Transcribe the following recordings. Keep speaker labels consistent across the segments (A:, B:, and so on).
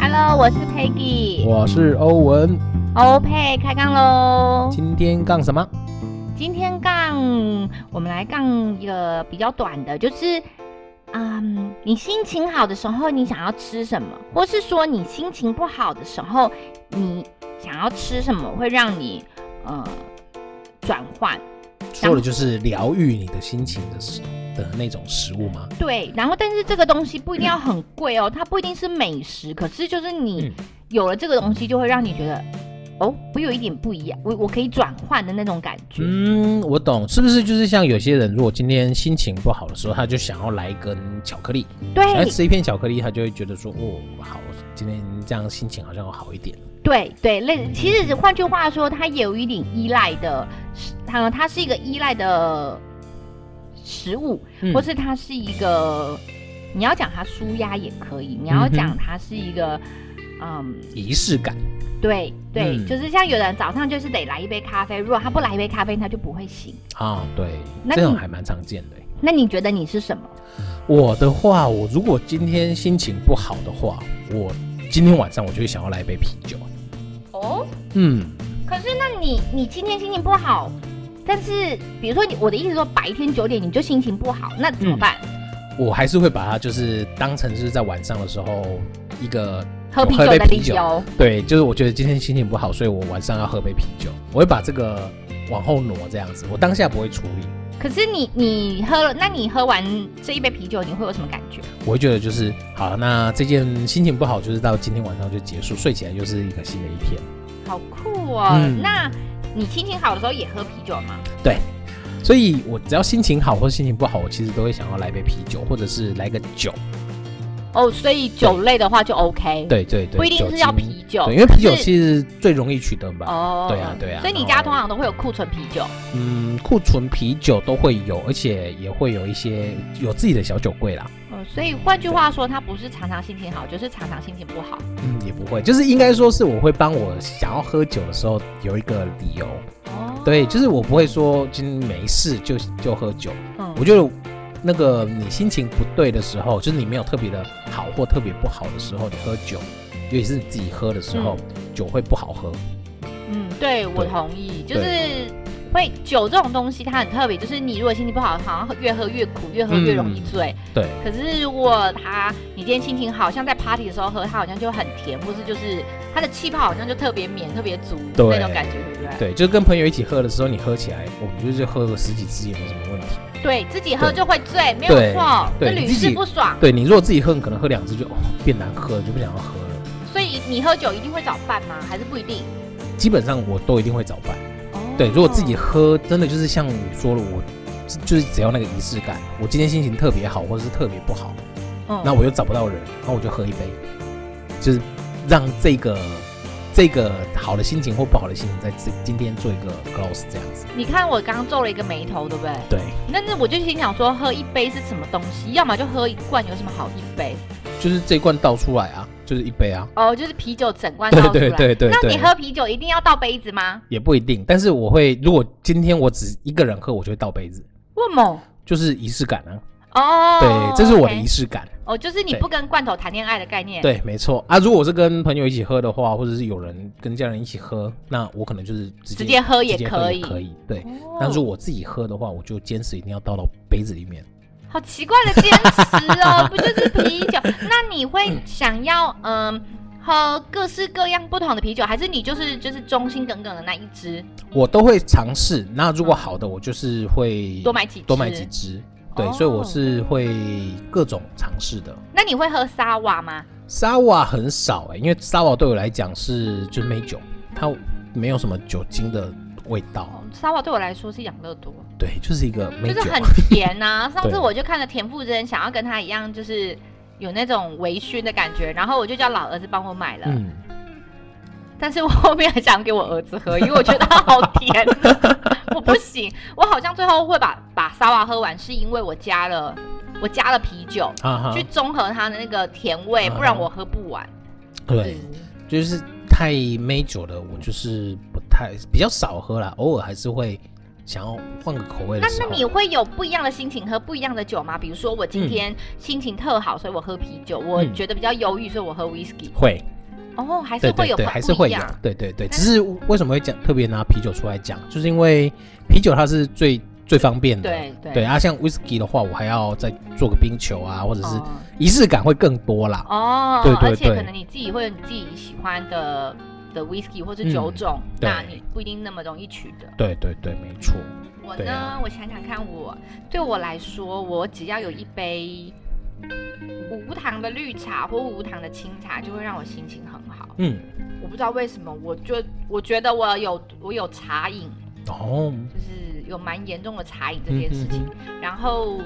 A: Hello，我是 Peggy，
B: 我是欧文，
A: 欧佩开杠喽。
B: 今天干什么？
A: 今天杠，我们来杠一个比较短的，就是，嗯，你心情好的时候，你想要吃什么，或是说你心情不好的时候，你想要吃什么，会让你呃转换。
B: 说的就是疗愈你的心情的食的那种食物吗？
A: 对，然后但是这个东西不一定要很贵哦，它不一定是美食，可是就是你有了这个东西，就会让你觉得，哦，我有一点不一样，我我可以转换的那种感觉。
B: 嗯，我懂，是不是就是像有些人，如果今天心情不好的时候，他就想要来一根巧克力，想要
A: 对
B: 吃一片巧克力，他就会觉得说，哦，好，今天这样心情好像好一点。
A: 对对，
B: 嗯
A: 类其实换句话说，它也有一点依赖的，它它是一个依赖的食物，
B: 嗯
A: 或是它是一个，你要讲它舒压也可以，你要
B: 嗯
A: 讲它是一个，嗯。
B: 仪式感，
A: 对对，
B: 嗯
A: 就是像有的人早上就是得来一杯咖啡，如果他不来一杯咖啡，他就不会醒。
B: 啊、对，
A: 那
B: 这种
A: 你
B: 还蛮常见的欸。
A: 那你觉得你是什么？
B: 我的话，我如果今天心情不好的话，我今天晚上我就会想要来一杯啤酒。
A: 哦，
B: 嗯，
A: 可是那你你今天心情不好，但是比如说你我的意思说白天九点你就心情不好，那怎么
B: 嗯
A: 办？
B: 我还是会把它就是当成是在晚上的时候一个
A: 喝啤酒
B: 我喝杯
A: 的
B: 啤
A: 理
B: 酒
A: 由。
B: 对，就是我觉得今天心情不好，所以我晚上要喝杯啤酒，我会把这个往后挪这样子，我当下不会处理，
A: 可是你你喝了，那你喝完这一杯啤酒，你会有什么感觉？
B: 我会觉得就是好，那这件心情不好就是到今天晚上就结束，睡起来就是一个新的一天。
A: 好酷哦！
B: 嗯
A: 那你心情好的时候也喝啤酒吗？
B: 所以我只要心情好或者心情不好，我其实都会想要来杯啤酒，或者是来个酒。
A: 哦，所以酒类的话就 OK，，
B: 对对对，
A: 不一定
B: 酒
A: 是要
B: 精
A: 啤酒，
B: 对，因为啤酒
A: 可是
B: 其实最容易取得吧。
A: 哦
B: 对啊对啊
A: 所以你
B: 然
A: 家
B: 后
A: 通常都会有库存啤酒。
B: 嗯，库存啤酒都会有，而且也会有一些有自己的小酒柜啦。
A: 嗯，所以换句话说，他不是常常心情好，就是常常心情不好。
B: 嗯，也不会，就是应该说是我会帮我想要喝酒的时候有一个理由。
A: 哦，
B: 对，就是我不会说今天没事就就喝酒。
A: 嗯
B: 我觉得那个你心情不对的时候，就是你没有特别的好或特别不好的时候，你喝酒，尤其是你自己喝的时候，酒会不好喝。
A: 嗯，对我
B: 对
A: 同意，就是会酒这种东西，它很特别，就是你如果心情不好，好像越喝越苦，越喝越容易
B: 嗯
A: 醉。
B: 对，
A: 可是如果他你今天心情好像在 party 的时候喝，它好像就很甜，或是就是它的气泡好像就特别绵、特别足
B: 对
A: 那种感觉，对不对？
B: 对，就是跟朋友一起喝的时候，你喝起来，我们就是喝个十几支也没什么问题。
A: 对自己喝
B: 对
A: 就会醉，没
B: 对
A: 有错，
B: 对
A: 这屡
B: 你自
A: 试
B: 己
A: 不爽。
B: 对你如果自己喝，你可能喝两支就、哦、变难喝了，就不想要喝了。
A: 所以你喝酒一定会找伴吗？还是不一定？
B: 基本上我都一定会早饭。
A: 哦
B: 对，如果自己喝，真的就是像你说了，我就就是只要那个仪式感，我今天心情特别好，或者是特别不好，
A: 嗯
B: 那我又找不到人，那我就喝一杯，就是让这个这个好的心情或不好的心情在这今天做一个 close 这样子。
A: 你看我刚刚皱了一个眉头，对不对？
B: 对，
A: 但是我就心想说，喝一杯是什么东西？要么就喝一罐，有什么好一杯？
B: 就是这一罐倒出来啊，就是一杯啊。
A: 哦，就是啤酒整罐倒
B: 对
A: 出来。
B: 对对对
A: 那
B: 对
A: 你，喝啤酒一定要倒杯子吗？
B: 也不一定，但是我会，如果今天我只一个人喝，我就会倒杯子，
A: 为什么？
B: 就是仪式感啊。
A: 哦，
B: 对，这是我的
A: OK
B: 仪式感。
A: 哦，就是你
B: 对
A: 不跟罐头谈恋爱的概念。，
B: 对，没错啊。如果我是跟朋友一起喝的话，或者是有人跟家人一起喝，那我可能就是直接
A: 直接喝也
B: 直接
A: 可
B: 喝
A: 以
B: 可以。对，
A: 哦
B: 那如果我自己喝的话，我就坚持一定要倒到杯子里面。
A: 好奇怪的坚持哦，不就是啤酒？那你会想要嗯喝各式各样不同的啤酒，还是你就是就是忠心耿耿的那一支，
B: 我都会尝试。那如果好的，我就是
A: 嗯
B: 会
A: 多买几支
B: 多买几支。对，所以我
A: 哦
B: 是会各种尝试的。
A: 那你会喝沙瓦吗？
B: 沙瓦很少哎、因为沙瓦对我来讲是就是美酒，它没有什么酒精的味道
A: 哦。沙瓦对我来说是养乐多，
B: 对，就是一个美
A: 就
B: 酒。啊
A: 是很甜 呐、上次
B: 对
A: 我就看了田馥甄，想要跟他一样，就是有那种微醺的感觉，然后我就叫老儿子帮我买了，
B: 嗯，
A: 但是我后面还想给我儿子喝，因为我觉得它好 甜，我不行，我好像最后会把把沙瓦喝完，是因为我加了我加了啤酒。
B: 哈哈
A: 去，综合它的那个甜味，
B: 啊
A: 不然我喝不完。
B: 嗯对。就是太美酒的，我就是不太比较少喝啦，偶尔还是会想要换个口味
A: 那
B: 的时
A: 那
B: 候，
A: 你会有不一样的心情喝不一样的酒吗？比如说我今天心情特好，所以我喝啤酒；我
B: 嗯
A: 觉得比较忧郁，所以我喝 whisky。
B: 会，
A: 哦，还是
B: 对
A: 会
B: 对
A: 有
B: 对，
A: 不
B: 还是
A: 不
B: 会
A: 一
B: 有
A: 样，嗯
B: 对对对。
A: 那
B: 只是为什么会讲特别拿啤酒出来讲，就是因为啤酒它是最最方便的，
A: 对对
B: 对啊。像 whisky 的话，我还要再做个冰球啊，或者是
A: 哦
B: 仪式感会更多啦。
A: 哦，
B: 对对
A: 而且可
B: 对
A: 能你自己会有你自己喜欢的的 whisky 或是
B: 嗯
A: 酒种，
B: 对
A: 那你不一定那么容易取得。
B: 对对对，没错。
A: 我
B: 对
A: 呢，
B: 啊
A: 我想想看我，对我来说，我只要有一杯无糖的绿茶或无糖的清茶，就会让我心情很好。
B: 嗯，
A: 我不知道为什么，我就我觉得我有我有茶瘾，
B: 哦，
A: 就是有蛮严重的茶瘾这件事情。
B: 嗯
A: 然后，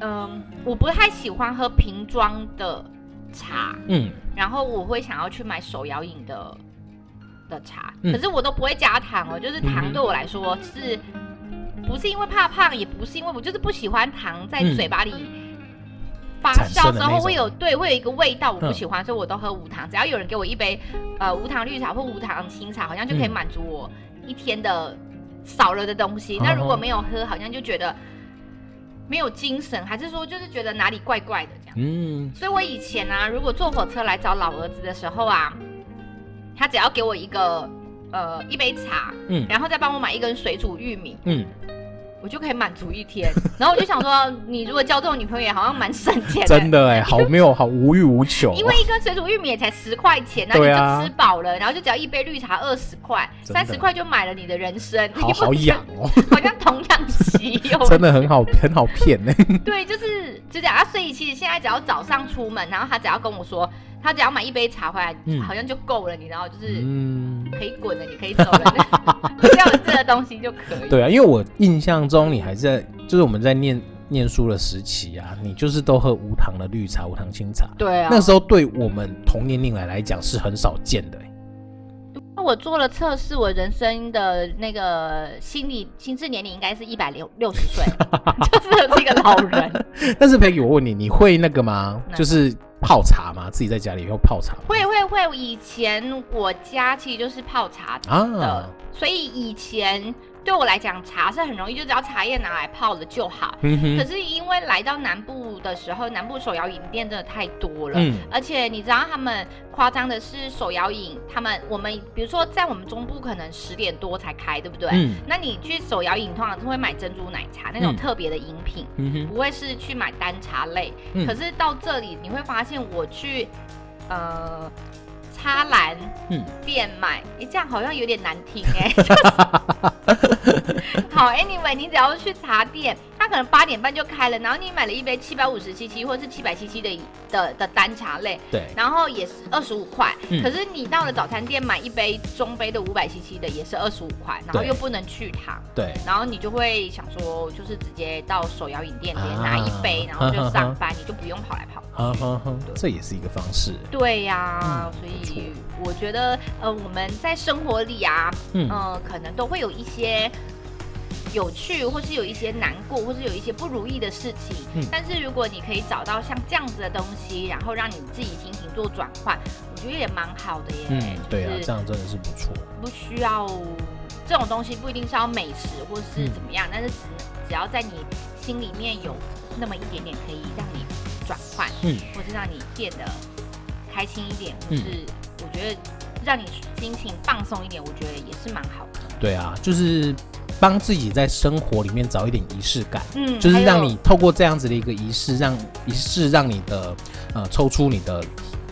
A: 嗯，我不太喜欢喝瓶装的茶，
B: 嗯，
A: 然后我会想要去买手摇饮的的茶，
B: 嗯
A: 可是我都不会加糖哦，就是
B: 嗯
A: 糖
B: 哼
A: 对我来说是，不是因为怕胖，也不是因为我就是不喜欢糖在
B: 嗯
A: 嘴巴里发
B: 产
A: 酵
B: 生
A: 之
B: 的
A: 后
B: 那
A: 会
B: 种
A: 有对会有一个味道我不
B: 嗯
A: 喜欢，所以我都喝无糖。只要有人给我一杯呃无糖绿茶或无糖清茶，好像就可以
B: 嗯
A: 满足我一天的少了的东西。那如果
B: 哦
A: 没有喝，好像就觉得没有精神，还是说就是觉得哪里怪怪的这样。
B: 嗯，
A: 所以我以前啊，如果坐火车来找老儿子的时候啊，他只要给我一个呃一杯茶，
B: 嗯
A: 然后再帮我买一根水煮玉米，
B: 嗯，
A: 我就可以满足一 天。然后我就想说，你如果交这种女朋友，也好像蛮省钱的。
B: 真的哎，好没有，好无欲无求哦。
A: 因为一根水煮玉米也才十块钱，那你
B: 对啊
A: 就吃饱了，然后就只要一杯绿茶二十块，
B: 真
A: 三
B: 的
A: 十块就买了你的人生，
B: 好好养哦，
A: 好像童养媳哟
B: 。真的很好，很好骗欸呢。
A: 对，就是就这样啊。所以其实现在只要早上出门，然后他只要跟我说，他只要买一杯茶回来，
B: 嗯
A: 好像就够了，你知道，就是
B: 嗯，
A: 可以滚了，你可以走了， 只要有这个东西就可以。
B: 对啊，因为我印象中你还在，就是我们在念念书的时期啊，你就是都喝无糖的绿茶、无糖清茶，
A: 对啊，
B: 那时候 对我们同年龄来来讲是很少见的欸。
A: 那我做了测试，我人生的那个心理心智年龄应该是一百六六十岁，就是是一个老人。
B: 但是 Peggy，我问你，你会那个吗
A: 哪？个
B: 就是泡茶吗？自己在家里用泡茶吗
A: 会会会，以前我家其实就是泡茶的，
B: 啊？
A: 所以以前对我来讲，茶是很容易，就只要茶叶拿来泡了就好。
B: 嗯
A: 可
B: 哼，
A: 是因为来到南部的时候，南部手摇饮店真的太多了。
B: 嗯
A: 而且你知道他们夸张的是手摇饮，他们我们比如说在我们中部可能十点多才开，对不对？
B: 嗯
A: 那你去手摇饮通常是会买珍珠奶茶那种
B: 嗯
A: 特别的饮品，
B: 嗯哼，
A: 不会是去买单茶类。
B: 嗯
A: 可是到这里你会发现，我去呃叉兰
B: 嗯
A: 店买，诶，这样好像有点难听哎、 就是好，anyway，你只要去茶店，它可能八点半就开了，然后你买了一杯七百五十 cc 或是七百 cc 的的的单茶类，
B: 对，
A: 然后也是二十五块。
B: 嗯
A: 可是你到了早餐店买一杯中杯的五百 cc 的也是二十五块，然后
B: 对
A: 又不能去糖。
B: 对，
A: 然后你就会想说，就是直接到手摇饮店直接
B: 啊
A: 拿一杯，然后就上班，你就不用跑来跑去。
B: 啊哈哈，这也是一个方式。欸
A: 对呀、所
B: 嗯不错
A: 以我觉得，呃，我们在生活里啊，
B: 嗯
A: 呃，可能都会有一些有趣，或是有一些难过，或是有一些不如意的事情。
B: 嗯
A: 但是如果你可以找到像这样子的东西，然后让你自己心情做转换，我觉得也蛮好的耶。
B: 嗯，对啊
A: 就，是
B: 这样真的是不错。
A: 不需要这种东西，不一定是要美食或是
B: 嗯
A: 怎么样，但是只只要在你心里面有那么一点点可以让你转换，
B: 嗯
A: 或是让你变得开心一点，或
B: 嗯
A: 是我觉得让你心情放松一点，我觉得也是蛮好的。
B: 对啊，就是帮自己在生活里面找一点仪式感，
A: 嗯
B: 就是
A: 还
B: 让
A: 有
B: 你透过这样子的一个仪式，让仪式让你的呃抽出你的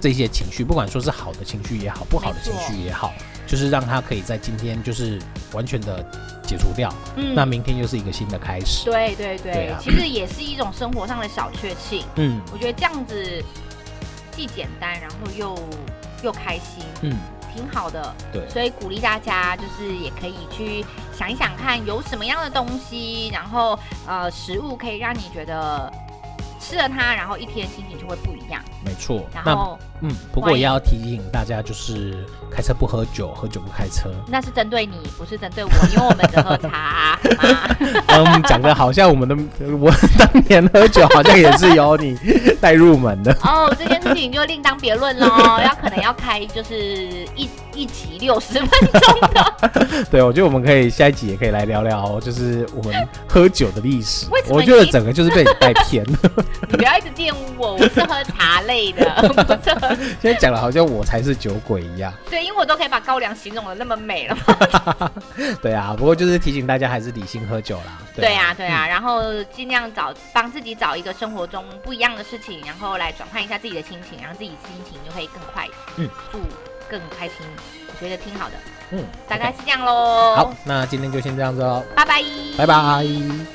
B: 这些情绪，不管说是好的情绪也好，不好的
A: 没错
B: 情绪也好，就是让它可以在今天就是完全的解除掉，
A: 嗯
B: 那明天又是一个新的开始。
A: 对对对，
B: 对啊
A: 其实也是一种生活上的小确幸。
B: 嗯
A: 我觉得这样子既简单，然后又又开心，
B: 嗯，
A: 挺好的。
B: 对
A: 所以鼓励大家就是也可以去想一想看有什么样的东西，然后呃食物可以让你觉得吃了它，然后一天心情就会不一样。
B: 没错。
A: 然
B: 那
A: 后
B: 嗯，不过也要提醒大家，就是开车不喝酒，喝酒不开车。
A: 那是针对你，不是针对我，因为我们只喝茶嘛。
B: 嗯，讲的好像我们的我当年喝酒好像也是由你带入 门的。
A: 哦，这件事情就另当别论喽，要可能要开就是一一集六十分钟的。
B: 对，我觉得我们可以下一集也可以来聊聊，就是我们喝酒的历史
A: 为什。么
B: 我觉得整个就是被你带偏了，
A: 你不要一直玷污我，我是喝茶类的，不是喝
B: 现在讲的好像我才是酒鬼一样。
A: 对，因为我都可以把高粱形容的那么美了嘛。
B: 对啊，不过就是提醒大家还是理性喝酒啦。啊
A: 对啊呀、对呀、然后尽量找帮自己找一个生活中不一样的事情，然后来转换一下自己的心情，让自己心情就会更快
B: 嗯
A: 速、更开心。我觉得挺好的，
B: 嗯，
A: 大概是这样喽。
B: 好，那今天就先这样子喽，
A: 拜拜，
B: 拜拜。